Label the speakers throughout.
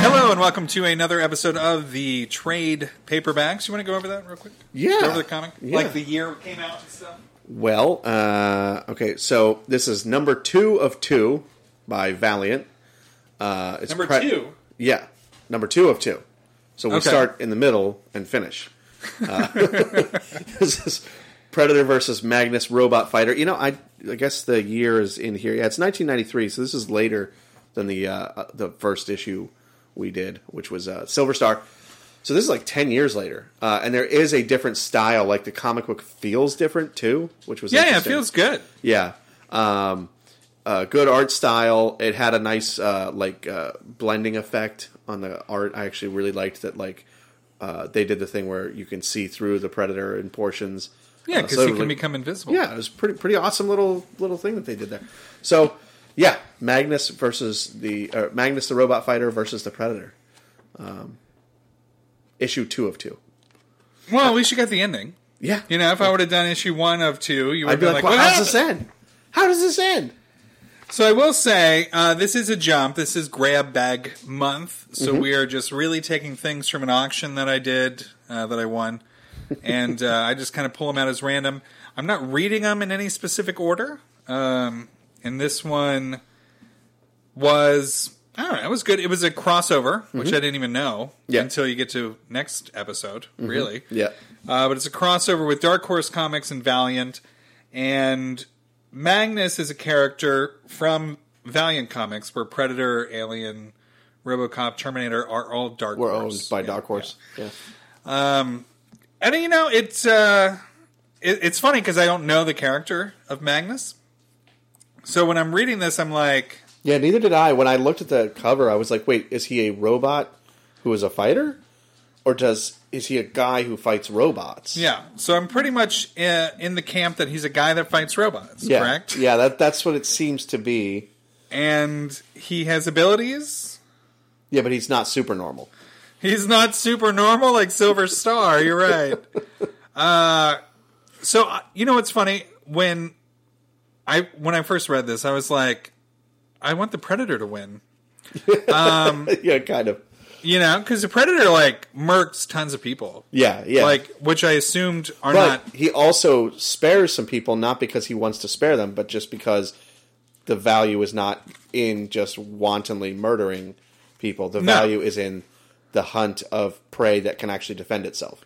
Speaker 1: Hello and welcome to another episode of the trade paperbacks. You want to go over that real quick?
Speaker 2: Yeah.
Speaker 1: Go over the comic,
Speaker 2: Yeah.
Speaker 1: like the year it came out and stuff.
Speaker 2: Well, uh, okay, so this is number two of two by Valiant. Uh, it's
Speaker 1: Number
Speaker 2: pre-
Speaker 1: two?
Speaker 2: Yeah, number two of two. So we
Speaker 1: Okay.
Speaker 2: start in the middle and finish. Uh, this is Predator versus Magnus Robot Fighter. You know, I I guess the year is in here. Yeah, it's 1993, so this is later than the uh, the first issue we did, which was uh, Silver Star. So this is like 10 years later, uh, and there is a different style. Like the comic book feels different too, which was
Speaker 1: Yeah, yeah, it
Speaker 2: interesting.
Speaker 1: feels good.
Speaker 2: Yeah. Um, uh, good art style. It had a nice uh, like uh, blending effect on the art. I actually really liked that. Like uh, they did the thing where you can see through the predator in portions.
Speaker 1: Yeah,
Speaker 2: Uh,
Speaker 1: because
Speaker 2: so
Speaker 1: you can
Speaker 2: like-
Speaker 1: become invisible.
Speaker 2: Yeah, it was pretty pretty awesome little little thing that they did there. So yeah, Magnus versus the uh, Magnus the robot fighter versus the predator. Um, issue two of two.
Speaker 1: Well, at least you got the ending.
Speaker 2: Yeah,
Speaker 1: You know, if I would have done issue one of two, you would
Speaker 2: I'd be like,
Speaker 1: what
Speaker 2: well, how does
Speaker 1: happened?
Speaker 2: this end? How does this end?
Speaker 1: So I will say uh, this is a jump. This is grab bag month. So
Speaker 2: Mm-hmm.
Speaker 1: we are just really taking things from an auction that I did uh, that I won, and uh, I just kind of pull them out as random. I'm not reading them in any specific order. Um, and this one was I don't know. It was good. It was a crossover, which I didn't even know
Speaker 2: Mm-hmm. Yeah. Mm-hmm.
Speaker 1: until you get to next episode. Really,
Speaker 2: Yeah.
Speaker 1: uh, but it's a crossover with Dark Horse Comics and Valiant. And Magnus is a character from Valiant Comics, where Predator, Alien, RoboCop, Terminator are all Dark
Speaker 2: We're owned
Speaker 1: Horse.
Speaker 2: by Dark Horse. yeah.
Speaker 1: And you know, it's uh, it, it's funny because I don't know the character of Magnus. So when I'm reading this, I'm like,
Speaker 2: Yeah, neither did I. When I looked at the cover, I was like, "Wait, is he a robot who is a fighter, or does is he a guy who fights robots?"
Speaker 1: yeah. So I'm pretty much in, in the camp that he's a guy that fights robots,
Speaker 2: yeah,
Speaker 1: correct?
Speaker 2: yeah. That that's what it seems to be.
Speaker 1: And he has abilities.
Speaker 2: Yeah, but he's not super normal.
Speaker 1: He's not super normal like Silver Star. You're right. Uh, so uh, you know what's funny when I when I first read this, I was like, I want the Predator to win.
Speaker 2: yeah, kind of.
Speaker 1: You know, because the Predator like murks tons of people.
Speaker 2: Yeah, yeah.
Speaker 1: Like which I assumed are
Speaker 2: but
Speaker 1: not.
Speaker 2: he also spares some people, not because he wants to spare them, but just because the value is not in just wantonly murdering people. The
Speaker 1: No.
Speaker 2: value is in the hunt of prey that can actually defend itself.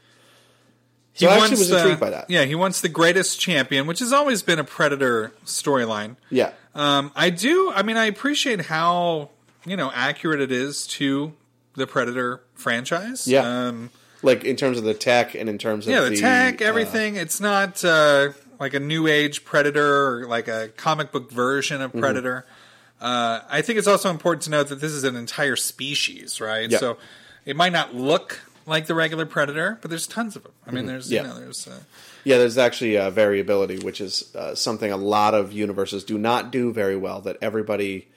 Speaker 1: He
Speaker 2: So I actually
Speaker 1: wants
Speaker 2: was
Speaker 1: the-
Speaker 2: intrigued by that.
Speaker 1: Yeah, he wants the greatest champion, which has always been a Predator storyline.
Speaker 2: Yeah.
Speaker 1: Um, I do. I mean, I appreciate how you know accurate it is to the Predator franchise.
Speaker 2: Yeah.
Speaker 1: Um,
Speaker 2: like in terms of the tech and in terms of
Speaker 1: yeah, the,
Speaker 2: the
Speaker 1: tech,
Speaker 2: uh,
Speaker 1: everything. it's not uh, like a new age Predator or like a comic book version
Speaker 2: Mm-hmm.
Speaker 1: of Predator. Uh, I think it's also important to note that this is an entire species, right?
Speaker 2: Yeah.
Speaker 1: So it might not look like the regular Predator, but there's tons of them. I mean, there's
Speaker 2: Mm-hmm. Yeah.
Speaker 1: you know, there's uh,
Speaker 2: Yeah, there's actually uh, variability, which is uh, something a lot of universes do not do very well. That everybody,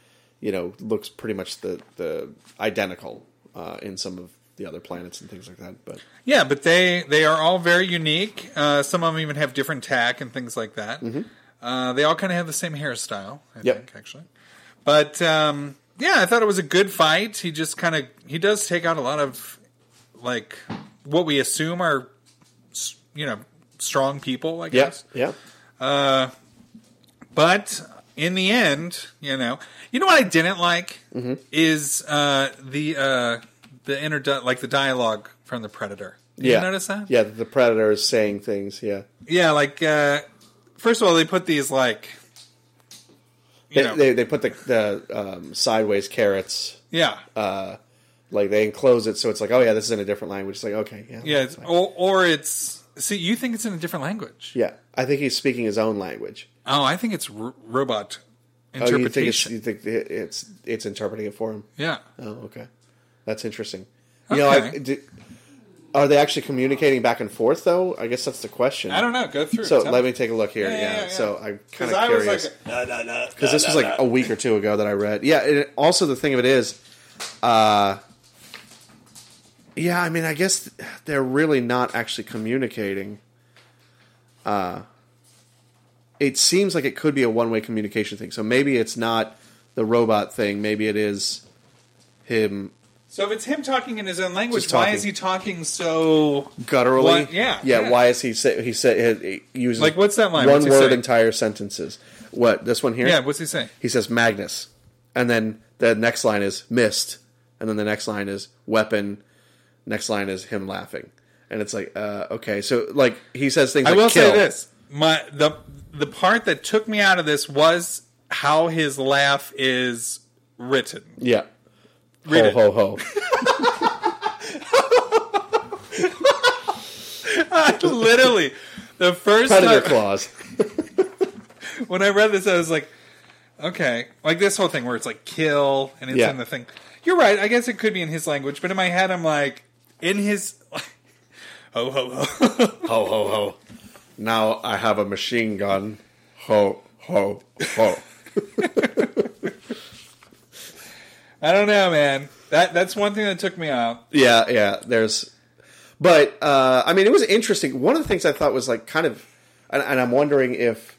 Speaker 2: you know, looks pretty much the the identical uh, in some of the other planets and things like that. But
Speaker 1: Yeah, but they they are all very unique. Uh, some of them even have different tack and things like that. Uh, they all kind of have the same hairstyle, I
Speaker 2: Mm-hmm. Yep.
Speaker 1: think, actually. But um, yeah, I thought it was a good fight. He just kind of he does take out a lot of like what we assume are s- you know strong people, I
Speaker 2: yeah,
Speaker 1: guess.
Speaker 2: yeah,
Speaker 1: But in the end, you know, you know what I didn't like
Speaker 2: Mm-hmm.
Speaker 1: is uh, the uh, the inner like the dialogue from the Predator. Did
Speaker 2: yeah.
Speaker 1: You notice that?
Speaker 2: Yeah, the predator is saying things. Yeah,
Speaker 1: Yeah, like uh first of all, they put these like you
Speaker 2: they,
Speaker 1: know,
Speaker 2: they they put the, the um, sideways carrots
Speaker 1: yeah,
Speaker 2: uh, like they enclose it, so it's like, oh yeah, this is in a different language. It's like, okay, yeah,
Speaker 1: yeah, it's, or or it's see you think it's in a different language.
Speaker 2: yeah. I think he's speaking his own language.
Speaker 1: Oh, I think it's r- robot
Speaker 2: Oh, you think it's
Speaker 1: interpretation.
Speaker 2: you think it- it's it's interpreting it for him?
Speaker 1: yeah,
Speaker 2: Oh, okay. That's interesting. You know, I,
Speaker 1: Okay.
Speaker 2: d- are they actually communicating back and forth though? I guess that's the question.
Speaker 1: I don't know. Go through.
Speaker 2: So
Speaker 1: Tell
Speaker 2: let
Speaker 1: me.
Speaker 2: me take a look here.
Speaker 1: Yeah,
Speaker 2: Yeah.
Speaker 1: yeah, yeah,
Speaker 2: So
Speaker 1: yeah.
Speaker 2: I'm
Speaker 1: 'Cause
Speaker 2: kind of
Speaker 1: I was
Speaker 2: curious
Speaker 1: like-
Speaker 2: because this was like a week or two ago that I read. Yeah. And it- also the thing of it is, uh, yeah. I mean, I guess they're really not actually communicating. Uh, it seems like it could be a one-way communication thing. So maybe it's not the robot thing. Maybe it is him
Speaker 1: So if it's him talking in his own language,
Speaker 2: Just
Speaker 1: why
Speaker 2: talking.
Speaker 1: is he talking so?
Speaker 2: gutturally.
Speaker 1: Why- yeah,
Speaker 2: yeah,
Speaker 1: yeah.
Speaker 2: Why is he say he said he uses
Speaker 1: Like, what's that line?
Speaker 2: One
Speaker 1: What's he
Speaker 2: word
Speaker 1: say?
Speaker 2: entire sentences. What this one here?
Speaker 1: Yeah, what's he saying?
Speaker 2: He says Magnus, and then the next line is missed, and then the next line is weapon. Next line is him laughing, and it's like uh, okay, so like he says things.
Speaker 1: I
Speaker 2: like,
Speaker 1: will say
Speaker 2: kill.
Speaker 1: this: my the the part that took me out of this was how his laugh is written.
Speaker 2: Yeah.
Speaker 1: Read
Speaker 2: ho
Speaker 1: it.
Speaker 2: ho ho.
Speaker 1: Literally, the first
Speaker 2: Predator
Speaker 1: time-
Speaker 2: claws.
Speaker 1: when I read this, I was like, okay, like this whole thing where it's like kill and it's
Speaker 2: Yeah.
Speaker 1: in the thing. You're right. I guess it could be in his language, but in my head, I'm like, in his. ho ho ho.
Speaker 2: Ho ho ho. Now I have a machine gun. Ho ho ho.
Speaker 1: I don't know, man. That that's one thing that took me out.
Speaker 2: Yeah, yeah. There's, but uh, I mean, it was interesting. One of the things I thought was like kind of, and, and I'm wondering if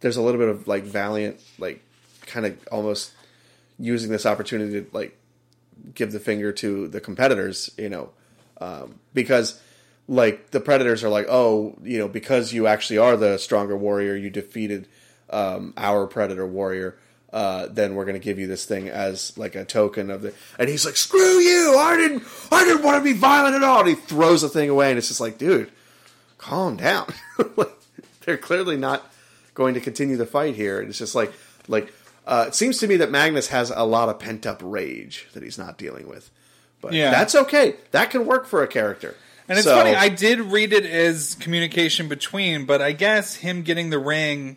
Speaker 2: there's a little bit of like valiant, like kind of almost using this opportunity to like give the finger to the competitors, you know, um, because like the predators are like, oh, you know, because you actually are the stronger warrior, you defeated um, our predator warrior. Uh, then we're going to give you this thing as like a token of the. And he's like, screw you! I didn't, I didn't want to be violent at all. And he throws the thing away, and it's just like, dude, calm down. Like, They're clearly not going to continue the fight here. And it's just like, like uh, it seems to me that Magnus has a lot of pent up rage that he's not dealing with. But
Speaker 1: Yeah.
Speaker 2: that's okay. That can work for a character.
Speaker 1: And it's
Speaker 2: So-
Speaker 1: funny. I did read it as communication between, but I guess him getting the ring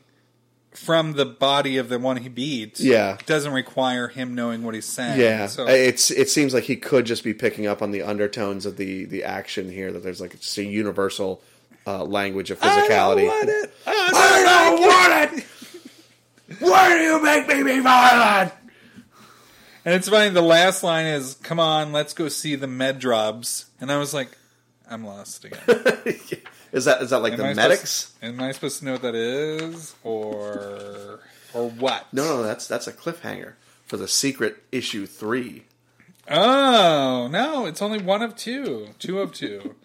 Speaker 1: from the body of the one he beat,
Speaker 2: Yeah.
Speaker 1: doesn't require him knowing what he's saying.
Speaker 2: yeah,
Speaker 1: So,
Speaker 2: it's it seems like he could just be picking up on the undertones of the the action here. That there's like just a universal uh, language of
Speaker 1: I don't
Speaker 2: physicality.
Speaker 1: want it. I don't
Speaker 2: don't want it. Why do you make me be violent?
Speaker 1: And it's funny, the last line is, come on, let's go see the med drobs. And I was like, I'm lost again. Am
Speaker 2: Is that is that like the
Speaker 1: I supposed-
Speaker 2: medics?
Speaker 1: am I supposed to know what that is? Or or what?
Speaker 2: No, no, that's that's a cliffhanger for the secret issue three.
Speaker 1: Oh, no, it's only one of two. Two of two.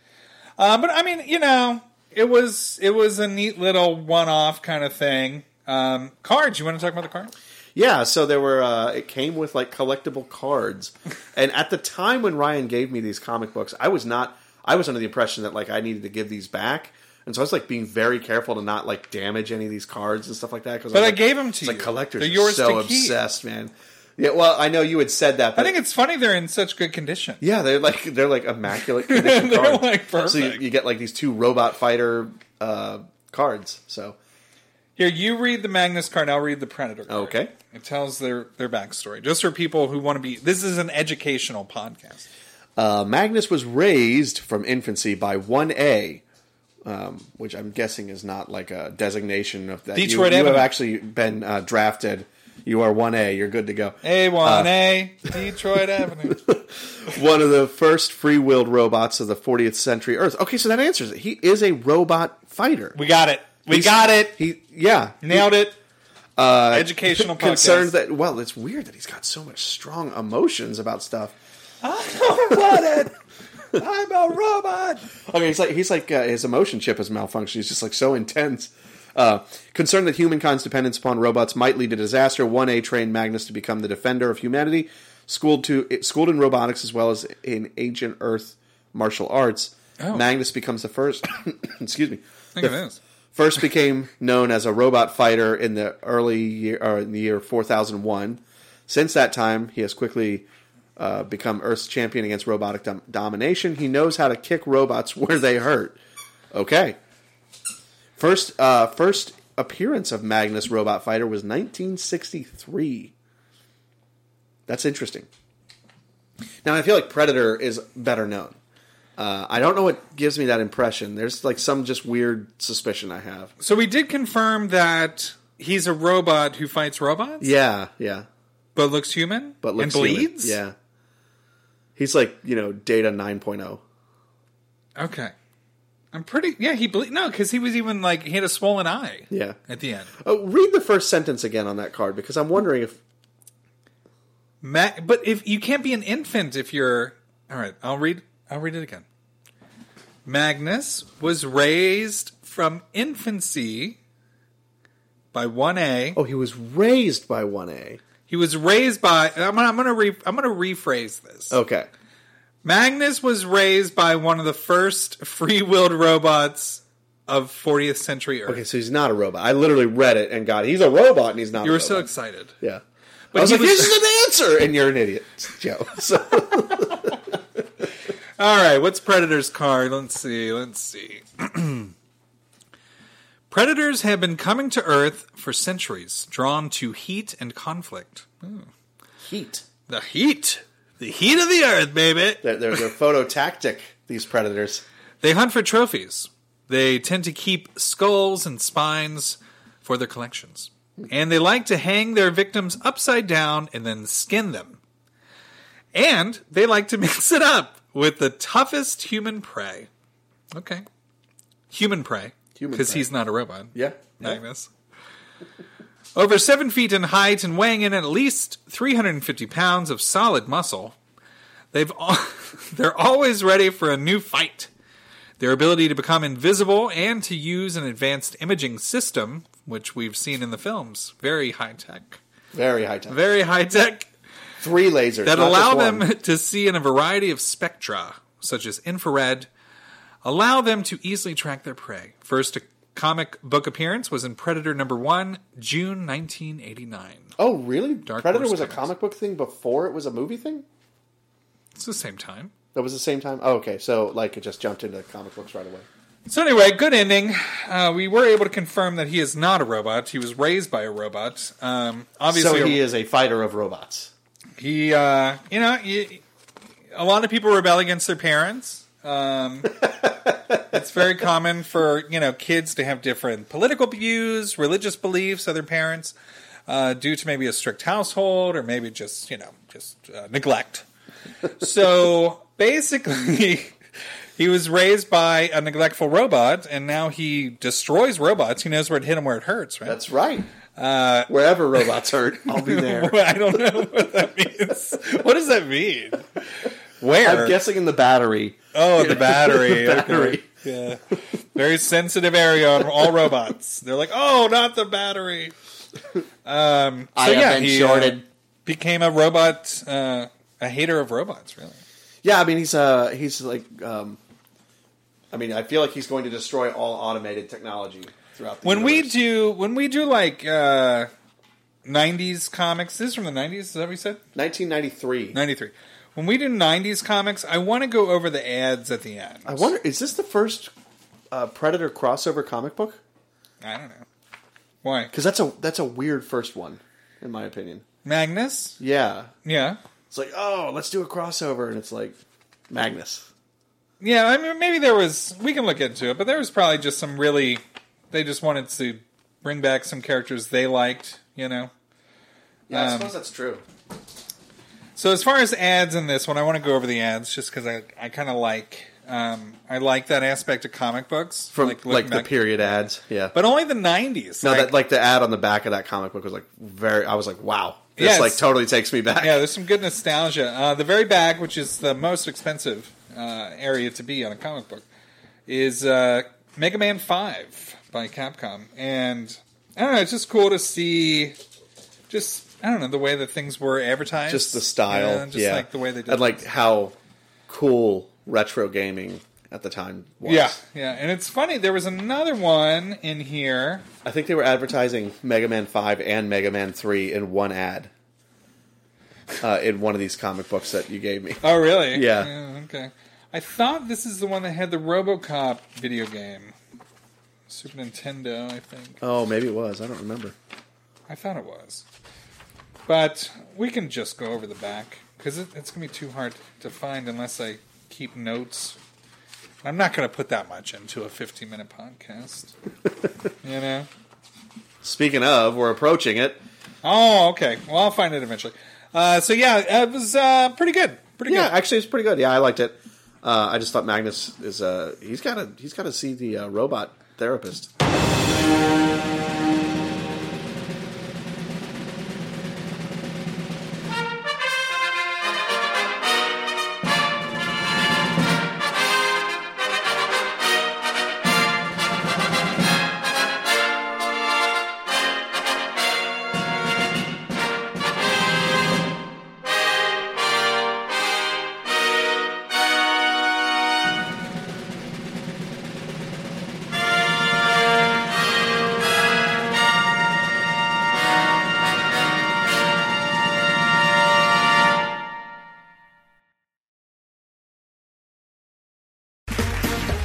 Speaker 1: uh, but I mean, you know, it was it was a neat little one off kind of thing. Um, cards, you want to talk about the cards?
Speaker 2: Yeah, so there were. Uh, it came with like collectible cards, and at the time when Ryan gave me these comic books, I was not. I was under the impression that like I needed to give these back, and so I was like being very careful to not like damage any of these cards and stuff like that. Because
Speaker 1: But I
Speaker 2: like,
Speaker 1: gave 'em to
Speaker 2: it's
Speaker 1: you.
Speaker 2: Like collectors,
Speaker 1: They're
Speaker 2: are
Speaker 1: yours
Speaker 2: so
Speaker 1: to keep.
Speaker 2: obsessed, man. Yeah, well, I know you had said that. But
Speaker 1: I think it's funny they're in such good condition.
Speaker 2: Yeah, they're like they're like immaculate condition
Speaker 1: They're,
Speaker 2: cards.
Speaker 1: like,
Speaker 2: So you,
Speaker 1: perfect.
Speaker 2: you get like these two robot fighter uh, cards. So
Speaker 1: Here, you read the Magnus card, I'll read the Predator card.
Speaker 2: Okay.
Speaker 1: It tells their, their backstory. Just for people who want to be this is an educational podcast.
Speaker 2: Uh, Magnus was raised from infancy by 1A, um, which I'm guessing is not like a designation of that.
Speaker 1: Detroit
Speaker 2: you, you have
Speaker 1: Avenue.
Speaker 2: actually been uh, drafted. You are one A. You're good to go.
Speaker 1: A1A,
Speaker 2: Uh,
Speaker 1: Detroit Avenue.
Speaker 2: One of the first free-willed robots of the 40th century Earth. Okay, so that answers it. He is a robot fighter.
Speaker 1: We got it. We
Speaker 2: He's-
Speaker 1: got it.
Speaker 2: He yeah
Speaker 1: Nailed it. Uh, Educational podcast.
Speaker 2: concerned that well it's weird that he's got so much strong emotions about stuff
Speaker 1: I'm Oh, a robot.
Speaker 2: okay he's like he's like uh, his emotion chip is malfunctioning he's just like so intense uh, concerned that humankind's dependence upon robots might lead to disaster 1a trained magnus to become the defender of humanity schooled to schooled in robotics as well as in ancient earth martial arts magnus becomes the first excuse me
Speaker 1: Look at this.
Speaker 2: first became known as a robot fighter in the early year or in the year 4001 since that time he has quickly uh, become earth's champion against robotic dom- domination he knows how to kick robots where they hurt okay first uh, first appearance of magnus robot fighter was 1963 that's interesting now i feel like predator is better known uh, I don't know what gives me that impression. There's like some just weird suspicion I have.
Speaker 1: So we did confirm that he's a robot who fights robots,
Speaker 2: Yeah, yeah.
Speaker 1: but looks human,
Speaker 2: But looks
Speaker 1: and
Speaker 2: human.
Speaker 1: bleeds.
Speaker 2: Yeah. He's like, you know, data oh. 9.0.
Speaker 1: Yeah. Okay. I'm pretty. Yeah, he ble- no, because he was even like he had a swollen eye.
Speaker 2: Yeah.
Speaker 1: At the end,
Speaker 2: Oh, read the first sentence again on that card because I'm wondering if
Speaker 1: Ma- but if you can't be an infant if you're all right, I'll read. I'll read it again. Magnus was raised from infancy by one A.
Speaker 2: Oh, he was raised by 1A.
Speaker 1: He was raised by. I'm gonna. I'm gonna, re, I'm gonna rephrase this.
Speaker 2: Okay.
Speaker 1: Magnus was raised by one of the first free-willed robots of 40th century Earth.
Speaker 2: Okay, so he's not a robot. I literally read it and got it. He's a robot and he's not
Speaker 1: you
Speaker 2: a
Speaker 1: were
Speaker 2: robot.
Speaker 1: so excited.
Speaker 2: Yeah.
Speaker 1: But
Speaker 2: I was
Speaker 1: he
Speaker 2: like,
Speaker 1: was-
Speaker 2: this is an answer! And you're an idiot, Joe. So,
Speaker 1: All right, what's Predator's card? Let's see. Let's see. Predators have been coming to Earth for centuries, drawn to heat and conflict.
Speaker 2: heat.
Speaker 1: The heat, the heat of the Earth, baby.
Speaker 2: They're, they're, they're phototactic, these predators.
Speaker 1: They hunt for trophies. They tend to keep skulls and spines for their collections. And they like to hang their victims upside down and then skin them. And they like to mix it up with the toughest human prey. Okay. Human prey.
Speaker 2: Human
Speaker 1: Because
Speaker 2: prey.
Speaker 1: he's not a robot.
Speaker 2: Yeah.
Speaker 1: Magnus. Over seven feet in height and weighing in at least 350 pounds of solid muscle, they've al- they're always ready for a new fight. Their ability to become invisible and to use an advanced imaging system, which we've seen in the films, very high tech,
Speaker 2: Very high tech.
Speaker 1: very high tech,
Speaker 2: Three lasers.
Speaker 1: that
Speaker 2: not just
Speaker 1: allow
Speaker 2: one.
Speaker 1: them to see in a variety of spectra, such as infrared, allow them to easily track their prey. First comic book appearance was in Predator number one, June 1989.
Speaker 2: Oh, really?
Speaker 1: Dark
Speaker 2: Predator
Speaker 1: Horse
Speaker 2: was a
Speaker 1: Comics.
Speaker 2: comic book thing before it was a movie thing?
Speaker 1: It's the same time.
Speaker 2: That was the same time? Oh, okay. So, like, it just jumped into comic books right away.
Speaker 1: So anyway, good ending. Uh, we were able to confirm that he is not a robot. He was raised by a robot. Um, obviously,
Speaker 2: so, he
Speaker 1: a-
Speaker 2: is a fighter of robots.
Speaker 1: he uh, you know he, a lot of people rebel against their parents um, it's very common for you know kids to have different political views religious beliefs other parents uh, due to maybe a strict household or maybe just you know just uh, neglect so basically he was raised by a neglectful robot and now he destroys robots he knows where to hit him where it hurts right
Speaker 2: That's right. Uh, Wherever robots hurt, I'll be there.
Speaker 1: I don't know what that means. what does that mean? Where?
Speaker 2: I'm guessing in the battery.
Speaker 1: oh, the battery.
Speaker 2: The battery.
Speaker 1: Okay. Yeah. Very sensitive area on all robots. They're like, oh, not the battery. Um, so
Speaker 2: I have
Speaker 1: yeah,
Speaker 2: been
Speaker 1: he, uh,
Speaker 2: shorted.
Speaker 1: became a robot, uh, a hater of robots, really.
Speaker 2: Yeah, I mean, he's uh, he's like, um, I mean, I feel like he's going to destroy all automated technology throughout the
Speaker 1: when we
Speaker 2: universe.
Speaker 1: do, when we do like uh, '90s comics, this is from the '90s. Is that what you said?
Speaker 2: 1993.
Speaker 1: '93. When we do '90s comics, I want to go over the ads at the end.
Speaker 2: I wonder, is this the first uh, Predator crossover comic book?
Speaker 1: I don't know why.
Speaker 2: Because that's a that's a weird first one, in my opinion.
Speaker 1: Magnus?
Speaker 2: Yeah,
Speaker 1: Yeah.
Speaker 2: it's like, oh, let's do a crossover, and it's like Magnus.
Speaker 1: yeah, I mean, maybe there was. We can look into it, but there was probably just some really. They just wanted to bring back some characters they liked, you know.
Speaker 2: Yeah, I
Speaker 1: Um,
Speaker 2: suppose that's true.
Speaker 1: So as far as ads in this one, I want to go over the ads just because I, I kind of like um, I like that aspect of comic books
Speaker 2: From like,
Speaker 1: looking
Speaker 2: the
Speaker 1: back-
Speaker 2: period ads, yeah.
Speaker 1: but only the nineties.
Speaker 2: no, that like the ad on the back of that comic book was like very. I was like, wow, this
Speaker 1: Yeah, it's-
Speaker 2: like totally takes me back.
Speaker 1: yeah, there's some good nostalgia. Uh, the very back, which is the most expensive uh, area to be on a comic book, is uh, Mega Man Five by Capcom, and I don't know, it's just cool to see just. I don't know the way that things were advertised,
Speaker 2: just the style, yeah,
Speaker 1: Yeah, just like the way they did,
Speaker 2: and like
Speaker 1: things.
Speaker 2: how cool retro gaming at the time was.
Speaker 1: Yeah, yeah, and it's funny. There was another one in here.
Speaker 2: I think they were advertising Mega Man Five and Mega Man Three in one ad. Uh, in one of these comic books that you gave me,
Speaker 1: Oh, really?
Speaker 2: Yeah.
Speaker 1: Okay. I thought this is the one that had the RoboCop video game, Super Nintendo. I think.
Speaker 2: oh maybe it was. I don't remember.
Speaker 1: I thought it was, but we can just go over the back because it, it's gonna be too hard to find unless I keep notes. I'm not gonna put that much into a 15 minute podcast. you know.
Speaker 2: Speaking of, we're approaching it.
Speaker 1: Oh, okay. Well, I'll find it eventually. Uh, so yeah, it was uh, pretty good. Pretty
Speaker 2: Yeah,
Speaker 1: good.
Speaker 2: actually, it's pretty good. Yeah, I liked it. Uh, I just thought Magnus is uh, he's got to he's got to see the uh, robot therapist.